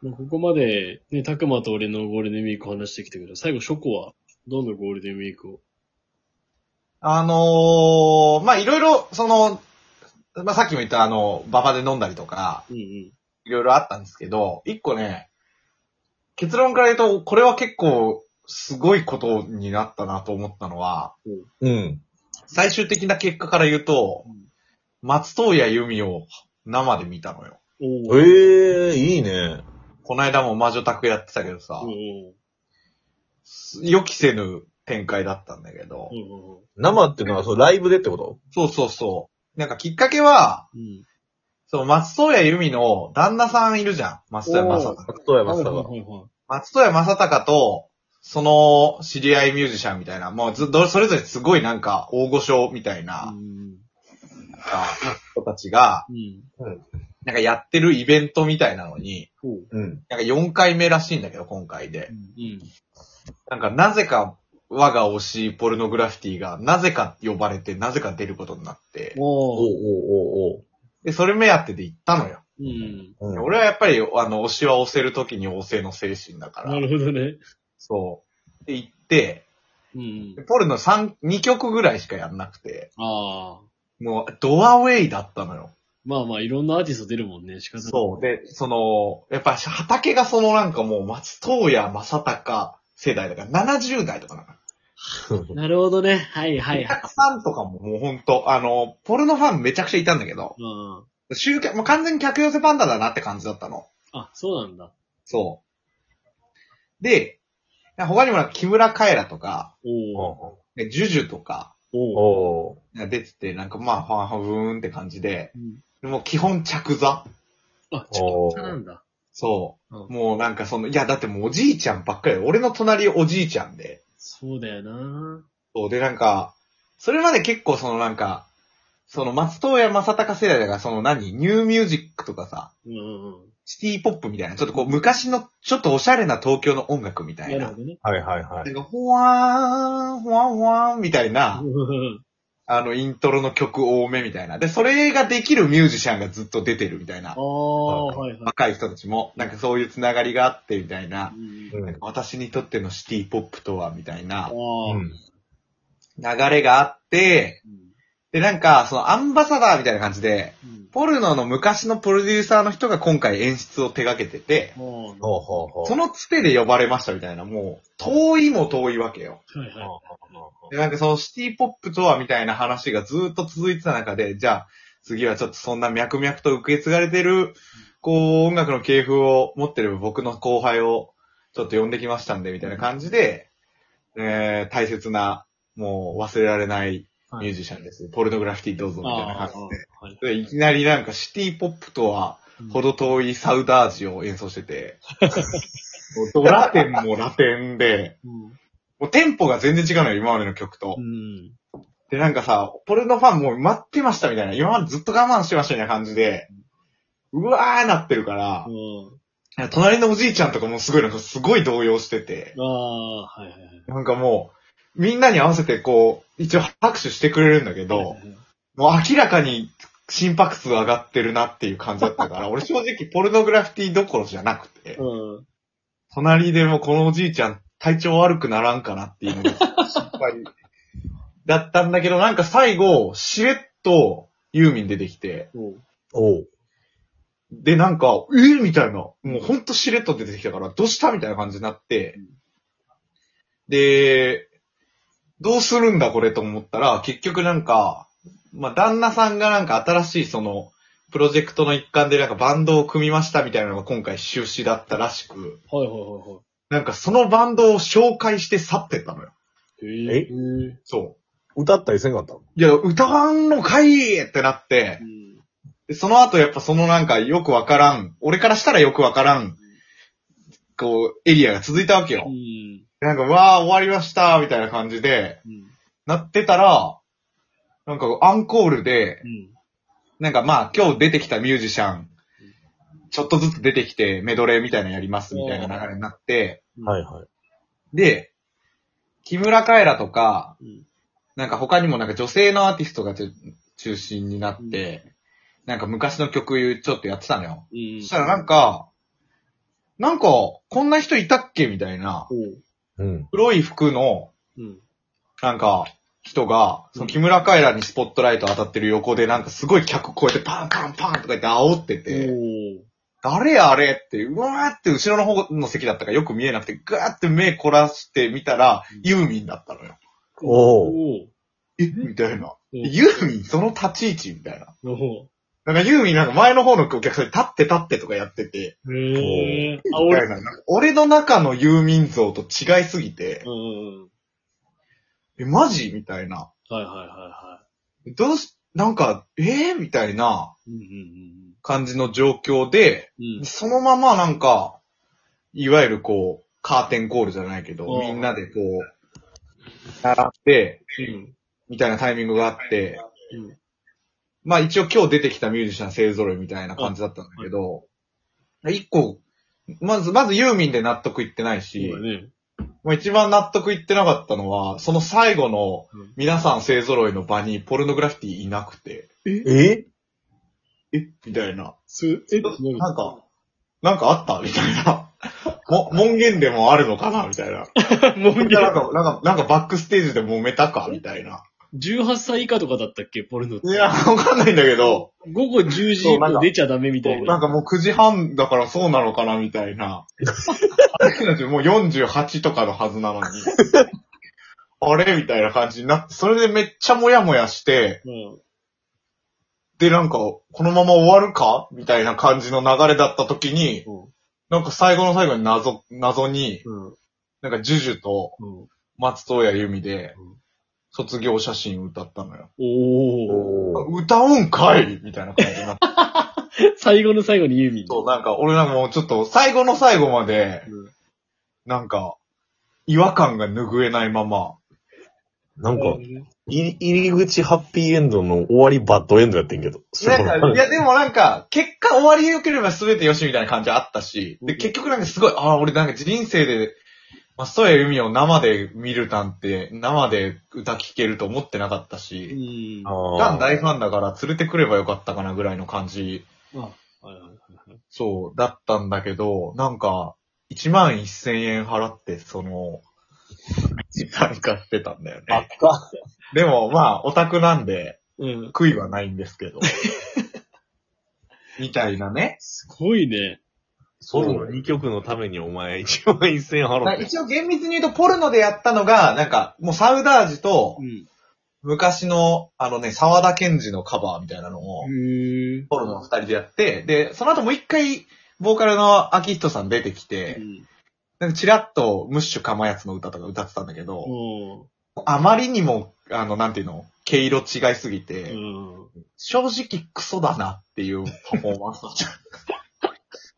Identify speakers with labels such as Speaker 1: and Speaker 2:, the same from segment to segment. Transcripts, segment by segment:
Speaker 1: まあ、ここまで、ね、たくまと俺のゴールデンウィークを話してきたけど、最後、ショコは、どんなゴールデンウィークを
Speaker 2: あのー、まあ、いろいろ、その、まあ、さっきも言ったあの、馬場で飲んだりとか、
Speaker 1: うんうん。
Speaker 2: いろいろあったんですけど、一個ね、結論から言うと、これは結構、すごいことになったなと思ったのは、
Speaker 3: うん。
Speaker 2: 最終的な結果から言うと
Speaker 1: うん、
Speaker 2: 松任谷由実を生で見たのよ。
Speaker 1: おー。
Speaker 3: ええいいね。
Speaker 2: この間も魔女宅やってたけどさ
Speaker 1: うん、うん
Speaker 2: 予期せぬ展開だったんだけど
Speaker 1: う、んうんうん
Speaker 3: 生っていうのは、そう、ライブでってこと
Speaker 2: そうそうそう。なんかきっかけは、
Speaker 1: うん。
Speaker 2: その松任谷由実の旦那さんいるじゃん。松任谷正隆。
Speaker 3: 松任谷
Speaker 1: はい
Speaker 3: 正
Speaker 1: は
Speaker 3: 隆。
Speaker 1: いはい
Speaker 2: 松任谷正隆と、その知り合いミュージシャンみたいな、もうず、どそれぞれすごいなんか大御所みたい
Speaker 1: は。
Speaker 2: ない
Speaker 1: う、ん。
Speaker 2: あ人たちが、
Speaker 1: うん。
Speaker 2: なんかやってるイベントみたいなのに、
Speaker 1: おう。
Speaker 3: うん。
Speaker 2: なんか4回目らしいんだけど、今回で
Speaker 1: う。ん。
Speaker 2: なんかなぜか我が推しポルノグラフィティがなぜか呼ばれて、なぜか出ることになって、
Speaker 3: おう
Speaker 1: おー。
Speaker 3: おうおう
Speaker 2: で、それ目当てで行ったのよ。
Speaker 1: うん。
Speaker 3: おう。うん、
Speaker 2: 俺はやっぱり、あの、推しは推せるときに推せの精神だか
Speaker 1: な
Speaker 2: ら、
Speaker 1: るほどね。
Speaker 2: そう。で、行って、
Speaker 1: うん
Speaker 2: で。ポルノ3、2曲ぐらいしかやんなくて、
Speaker 1: ああ。
Speaker 2: もうドアウェイだったのよ。
Speaker 1: まあまあ、いろんなアーティスト出るもんね、仕方ない。
Speaker 2: そう。で、その、やっぱ畑がそのなんかもう松任谷正隆世代だから、70代とかなんか。
Speaker 1: なるほどね。はいはいはい。
Speaker 2: たくさんとかももうほんと、あの、ポルノファンめちゃくちゃいたんだけど、
Speaker 1: うん。
Speaker 2: 集客、もう完全に客寄せパンダだなって感じだったの。
Speaker 1: あ、そうなんだ。
Speaker 2: そう。で、他にもなんか木村カエラとか、
Speaker 1: おー。
Speaker 2: ジュジュとか
Speaker 1: おー。
Speaker 3: おう
Speaker 2: 出てて、なんかまあ、はんはんうーんって感じで、
Speaker 1: うん
Speaker 2: でもう基本着座。
Speaker 1: あ、ちょ
Speaker 3: お
Speaker 1: っとなんだ。
Speaker 2: そうう。
Speaker 1: ん。
Speaker 2: もうなんかその、いやだってもうおじいちゃんばっかり、俺の隣おじいちゃんで。
Speaker 1: そうだよな
Speaker 2: そう、でなんか、それまで結構そのなんか、その松任谷正隆世代だから、その何ニューミュージックとかさ、
Speaker 1: うんうんう
Speaker 2: シティポップみたいな、ちょっとこう昔の、ちょっとおしゃれな東京の音楽みた
Speaker 1: ん。
Speaker 2: い
Speaker 1: なる
Speaker 2: な
Speaker 1: ほ。どね。
Speaker 3: はいはいは。
Speaker 2: ないんか、ほわーん、ほわんほわんみたいな、あの、イントロの曲多めみたいな。で、それができるミュージシャンがずっと出てるみたいな
Speaker 1: あ。あ、はいはい。
Speaker 2: 若い人たちも、なんかそういうつながりがあってみたいな。
Speaker 1: うん
Speaker 3: うん。
Speaker 2: 私にとってのシティポップとは、みたい
Speaker 1: あ
Speaker 2: な
Speaker 1: あ。
Speaker 3: うん。
Speaker 2: 流れがあって、で、なんか、そのアンバサダーみたいな感じで、
Speaker 1: うん
Speaker 2: ポルノの昔のプロデューサーの人が今回演出を手掛けてて、
Speaker 1: もう、
Speaker 3: ほうほうほう。
Speaker 2: そのつてで呼ばれましたみたいな、もう、遠いも遠いわけよ。
Speaker 1: はいはい。
Speaker 3: ほうほうほう
Speaker 2: で、なんかそのシティポップとはみたいな話がずーっと続いてた中で、じゃあ、次はちょっとそんな脈々と受け継がれてる、こう、音楽の系譜を持ってる僕の後輩を、ちょっと呼んできましたんで、みたいな感じで、えー、大切な、もう忘れられないミュージシャンです。ポルノグラフィティどうぞ、みたいな感じ
Speaker 1: ああはい
Speaker 2: で。で、いきなりなんかシティポップとは、ほど遠いサウダージを演奏してて、もうドラテンもラテンで、
Speaker 1: うん
Speaker 2: もうテンポが全然違うのよ、今までの曲と。
Speaker 1: うん。
Speaker 2: で、なんかさ、ポルノファンもう待ってましたみたいな、今までずっと我慢してましたみたいな感じで、うわーなってるから、
Speaker 1: うん
Speaker 2: 隣のおじいちゃんとかもすごいなんかすごい動揺してて、
Speaker 1: ああ、はいはいはい。
Speaker 2: なんかもう、みんなに合わせてこう、一応拍手してくれるんだけど、もう明らかに心拍数上がってるなっていう感じだったから、俺正直ポルノグラフィティどころじゃなくて、
Speaker 1: うん。
Speaker 2: 隣でもこのおじいちゃん体調悪くならんかなっていうのが心配だったんだけど、なんか最後、しれっとユーミン出てきて、
Speaker 1: おう
Speaker 3: おう。
Speaker 2: でなんか、えー、みたいな、もうほんとしれっと出てきたから、どうしたみたいな感じになって
Speaker 1: うん、
Speaker 2: で、どうするんだこれと思ったら、結局なんか、まあ旦那さんがなんか新しいその、プロジェクトの一環でなんかバンドを組みましたみたいなのが今回終止だったらしく、
Speaker 1: はいはいはいは
Speaker 2: なんかそのバンドを紹介して去ってったのよ。
Speaker 1: い。
Speaker 3: え
Speaker 1: えうん。
Speaker 2: そ
Speaker 3: 歌ったりせんかったの
Speaker 2: う。いや、歌わんのかいってなって、でその後やっぱそのなんかよくわからん、俺からしたらよくわからん、こう、エリアが続いたわけ
Speaker 1: う
Speaker 2: よ。
Speaker 1: ん。
Speaker 2: なんか、わあ終わりました、みたいな感じで、
Speaker 1: うん。
Speaker 2: なってたら、なんかアンコールで
Speaker 1: う、ん。
Speaker 2: なんかまあ今日出てきたミュージシャン、ちょっとずつ出てきてメドレーみたいなのやります、みたいな流れになって、
Speaker 3: はいはい。
Speaker 2: で、木村カエラとか、
Speaker 1: うん。
Speaker 2: なんか他にもなんか女性のアーティストがちょ中心になって、なんか昔の曲ちょっとやってたのよ。
Speaker 1: うん。
Speaker 2: そしたらなんか、なんか、こんな人いたっけみたいな、
Speaker 1: おう。
Speaker 3: うん。
Speaker 2: 黒い服の、
Speaker 1: うん。なん
Speaker 2: なんか、人が、その木村カエラにスポットライト当たってる横で、なんかすごい客こうやってパンパンパンとか言って煽って
Speaker 1: お
Speaker 2: て、
Speaker 1: ー
Speaker 2: 誰やあれって、うわーって後ろの方の席だったからよく見えなくて、ぐーって目凝らしてみたら
Speaker 1: うん、
Speaker 2: ユーミンだったのよ。
Speaker 3: お
Speaker 1: お
Speaker 3: ー。
Speaker 1: う。
Speaker 2: えみたいな。
Speaker 1: うん
Speaker 2: ユーミンその立ち位置みたいな。
Speaker 1: おお。
Speaker 2: なんかユーミンなんか前の方のお客さんに立って立ってとかやってて、
Speaker 1: へえ。あ、
Speaker 2: みた
Speaker 1: 俺
Speaker 2: い。ななんか俺の中のユーミン像と違いすぎて
Speaker 1: う、んうんうん。
Speaker 2: え、マジみたいな。
Speaker 1: はいはいはいは。
Speaker 2: どうし、なんか、えー、みたいない
Speaker 1: うんうん
Speaker 2: 感じの状況で、
Speaker 1: うんうん。うん。
Speaker 2: そのままなんか、いわゆるこう、カーテンコールじゃないけど
Speaker 1: う、ん
Speaker 2: みんなでこう、習って、
Speaker 1: うん。
Speaker 2: みたいなタイミングがあって、
Speaker 1: うん
Speaker 2: まあ一応今日出てきたミュージシャン勢揃いみたいな感じだったんだけど、一個、まず、まずユーミンで納得いってないし、
Speaker 1: そうだね。
Speaker 2: まあ一番納得いってなかったのは、その最後の
Speaker 1: うん
Speaker 2: 皆さん勢揃いの場にポルノグラフィティいなくて、
Speaker 3: え
Speaker 2: えみたいな。
Speaker 1: す、え、
Speaker 2: なんか、なんかあったみたいな。 も、門限でもあるのかなみたいな。
Speaker 1: もう
Speaker 2: なんか、なんか、なんかバックステージで揉めたかみたいな。
Speaker 1: 18歳以下とかだったっけポルノって
Speaker 2: い。や、わかんないんだけど、
Speaker 1: 午後10時以降出ちゃダメみたい
Speaker 2: なん
Speaker 1: な。
Speaker 2: かもう9時半だからそうなのかなみたいな。 もう48とかのはずなのに。あれみたいな感じになって、それでめっちゃモヤモヤして、
Speaker 1: うん。
Speaker 2: で、なんか、このまま終わるかみたいな感じの流れだった時に、
Speaker 1: うん
Speaker 2: なんか最後の最後に謎、謎に、
Speaker 1: うん。
Speaker 2: なんかジュジュと、
Speaker 1: うん。
Speaker 2: 松任谷由実で
Speaker 1: うん、
Speaker 2: 卒業写真歌ったのよ。
Speaker 1: おー。
Speaker 3: おー。
Speaker 2: 歌うんかいみたいな感じになって。
Speaker 1: 最後の最後にユーミン。
Speaker 2: そう、なんか、俺なんかもうちょっと、最後の最後まで、
Speaker 1: うん
Speaker 2: なんか、違和感が拭えないまま。
Speaker 3: なん
Speaker 1: なる
Speaker 3: か
Speaker 1: ほど、ね
Speaker 3: い入り口ハッピーエンドの終わりバッドエンドやってんけど。
Speaker 2: なんか、いやでもなんか、結果終わり良ければ全て良しみたいな感じあったし、で、結局なんかすごい、ああ、俺なんか人生で、松任谷由実を生で見るなんて、生で歌聴けると思ってなかった
Speaker 1: う
Speaker 2: し、
Speaker 1: ん。あ
Speaker 2: ガン
Speaker 3: あー
Speaker 2: 大ファンだから連れてくればよかったかなぐらいの感じ
Speaker 1: はいはいはいはい
Speaker 2: そう、だったんだけど、なんか、1万1000円払って、その、参加してたんだよ
Speaker 3: あっ
Speaker 2: ね。
Speaker 3: か。
Speaker 2: でも、まあ、オタクなんで、
Speaker 1: うん。
Speaker 2: 悔いはないんですけ ど。みたいなね。
Speaker 1: すごいね。
Speaker 3: その2曲のためにお前1万1000円払って。
Speaker 2: 一応厳密に言うと、ポルノでやったのが、なんか、もうサウダージと
Speaker 1: う、ん。
Speaker 2: 昔の、あのね、沢田賢治のカバーみたいなのを、
Speaker 1: へ
Speaker 2: ポルノの二人でやって、で、その後もう一回、ボーカルの秋人さん出てき
Speaker 1: え。う
Speaker 2: て、
Speaker 1: ん。
Speaker 2: なんかチラッとムッシュかまやつの歌とか歌ってたんだけど、
Speaker 1: おー
Speaker 2: あまりにも、あの、なんていうの、毛色違いすぎて、
Speaker 1: うん。
Speaker 2: 正直クソだなっていうパフォーマンスだった。ク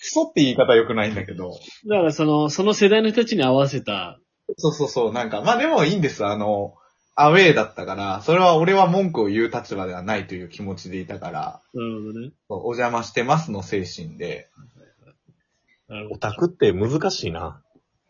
Speaker 2: ソって言い方良くないんだけど。
Speaker 1: だからその、その世代の人たちに合わせた。
Speaker 2: そうそうそう、なんか、まあでもいいんです、あの、アウェーだったから、それは俺は文句を言う立場ではないという気持ちでいたから、
Speaker 1: なるほどね。
Speaker 2: そうお邪魔してますの精神で、
Speaker 1: なるほど。
Speaker 3: オタクって難しいな。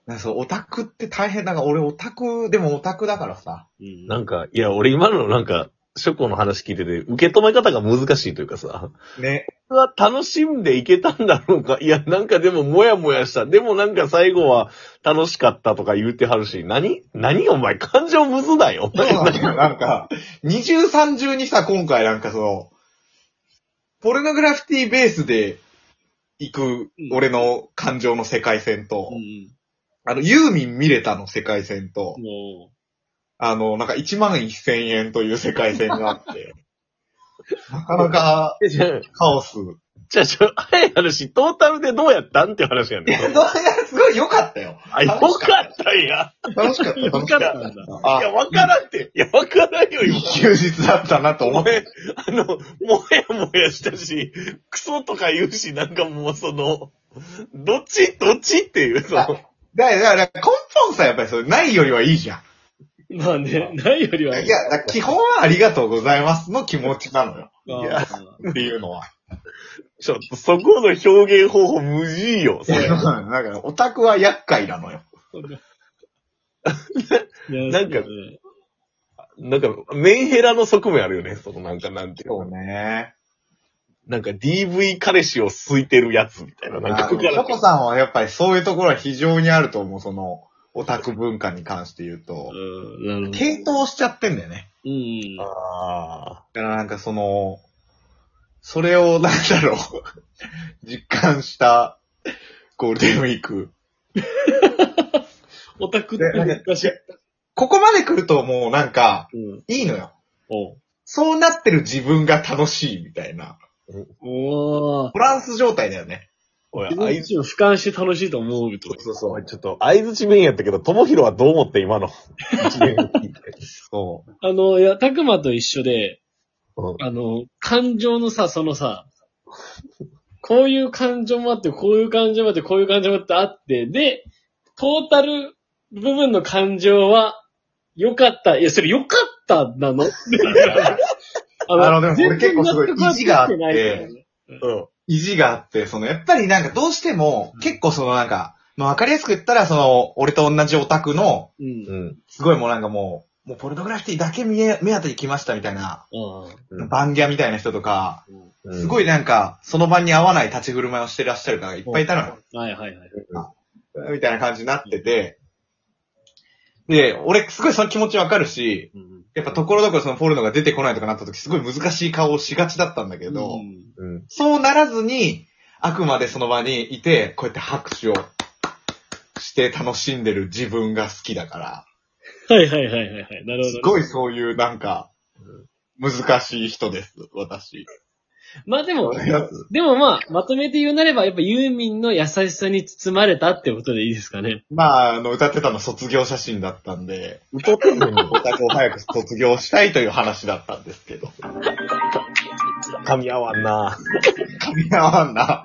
Speaker 2: なんかそう、オタクって大変、なんか俺オタク、でもオタクだからさ、
Speaker 1: うん
Speaker 3: なんか、いや、俺今のなんか、ショコの話聞いてて、受け止め方が難しいというかさ、
Speaker 2: ね、
Speaker 3: うわ楽しんでいけたんだろうか。いや、なんかでももやもやした。でもなんか最後は楽しかったとか言うてはるし、何何お前、感情むずないよ。
Speaker 2: そうなんだよ、なんか、二重三重にさ、今回なんかその、ポルノグラフィティベースで行く
Speaker 1: うん
Speaker 2: 俺の感情の世界線と、
Speaker 1: うん。
Speaker 2: あの、ユーミン見れたの世界線と、
Speaker 1: も
Speaker 2: あの、なんか1万1000円という世界線があ って、なかなか
Speaker 3: じゃあ、
Speaker 2: カオス。い
Speaker 3: じゃあ、ちょ、早い話、トータルでどうやったんっていう話やね
Speaker 2: や、そ
Speaker 3: ん。
Speaker 2: れがすごい良かったよ。
Speaker 3: あ、よかったんや。
Speaker 2: 楽しかった、
Speaker 1: う、よ
Speaker 2: 楽し
Speaker 1: か
Speaker 2: か
Speaker 1: っ
Speaker 2: った
Speaker 1: た。んだ。
Speaker 3: いや、
Speaker 2: あ、
Speaker 3: わからんって。いや、わからんよ、
Speaker 2: い
Speaker 3: 今
Speaker 2: い。休日だったなと思
Speaker 3: お
Speaker 2: って。
Speaker 3: 前、あの、もやもやしたし、クソとか言うし、なんかもうその、どっち、どっちっていう、その、
Speaker 2: だから、だから根本さ、やっぱりそれ、ないよりはいいじゃん。
Speaker 1: まあね、ないよりは。
Speaker 2: いや、だから基本はありがとうございますの気持ちなのよ。
Speaker 1: あー
Speaker 2: いやっていうのは。
Speaker 3: ちょっとそこの表現方法無事よ、それ
Speaker 2: だから、オタクは厄介なのよ。
Speaker 1: いや
Speaker 3: なんか
Speaker 1: そうだね
Speaker 3: なんか、メンヘラの側面あるよね、そのなんかなんていうの。
Speaker 2: そうね。
Speaker 3: なんか DV 彼氏をすいてるやつみたいな。なんか
Speaker 2: あのショコさんはやっぱりそういうところは非常にあると思う、その、オタク文化に関して言うと。
Speaker 1: うん、なるほど。
Speaker 2: 傾倒しちゃってんだよね。
Speaker 1: うん。
Speaker 3: あ
Speaker 2: だからなんかその、それをなんだろう、 実感したゴールデンウィーク。
Speaker 1: オタクって難しい。
Speaker 2: ここまで来るともうなんか、
Speaker 1: うん。
Speaker 2: いいのよ。
Speaker 1: おう
Speaker 2: そうなってる自分が楽しいみたいな。
Speaker 1: おー。
Speaker 2: トランス状態だよね。
Speaker 3: あ。
Speaker 1: あいつも俯瞰して楽しいと思うとか。
Speaker 2: そうそ
Speaker 3: おい。ちょっと、合図地面やったけど、ともひろはどう思って今の一面を 聞いて。
Speaker 2: そう。
Speaker 1: あの、いや、たくまと一緒で、
Speaker 3: うん
Speaker 1: あの、感情のさ、そのさ、こういう感情もあって、こういう感情もあって、こういう感情もあって、あって、で、トータル部分の感情は、良かった。いや、それ良かったなのあ
Speaker 2: なるほどでも俺結構すごい
Speaker 1: 全然納得は
Speaker 2: 意地があって
Speaker 1: できないからね
Speaker 3: うん。
Speaker 2: 意地があって、その、やっぱりなんかどうしても、結構そのなんか、まあわかりやすく言ったら、その、俺と同じオタクの、
Speaker 1: う。
Speaker 3: うんん。
Speaker 2: すごいもうなんかもう、もうポルノグラフィティだけ見え、目当てに来ましたみたいな、
Speaker 1: あ
Speaker 3: うん
Speaker 2: バンギャみたいな人とか、
Speaker 3: うん
Speaker 2: すごいなんか、その番に合わない立ち振る舞いをしてらっしゃる方がいっぱいいたのよ。
Speaker 1: あ。はいはいはい。
Speaker 2: みたいな感じになってて、で、俺すごいその気持ちわかるし、
Speaker 1: うん
Speaker 2: やっぱところどころそのポルノが出てこないとかなった時すごい難しい顔をしがちだったんだけど、
Speaker 1: うん
Speaker 3: うん。
Speaker 2: そうならずに、あくまでその場にいて、こうやって拍手をして楽しんでる自分が好きだから、
Speaker 1: はいはいはいはいはい。なるほどね。
Speaker 2: すごいそういうなんか、難しい人です、私。
Speaker 1: まあでも
Speaker 2: こ、のやつ
Speaker 1: でもまあ、まとめて言うなれば、やっぱユーミンの優しさに包まれたってことでいいですかね。
Speaker 2: まあ、あの、歌ってたの卒業写真だったんで、
Speaker 3: 歌って んのに
Speaker 2: お宅を早く卒業したいという話だったんですけど。
Speaker 3: 噛み合わんな
Speaker 2: 噛み合わんな。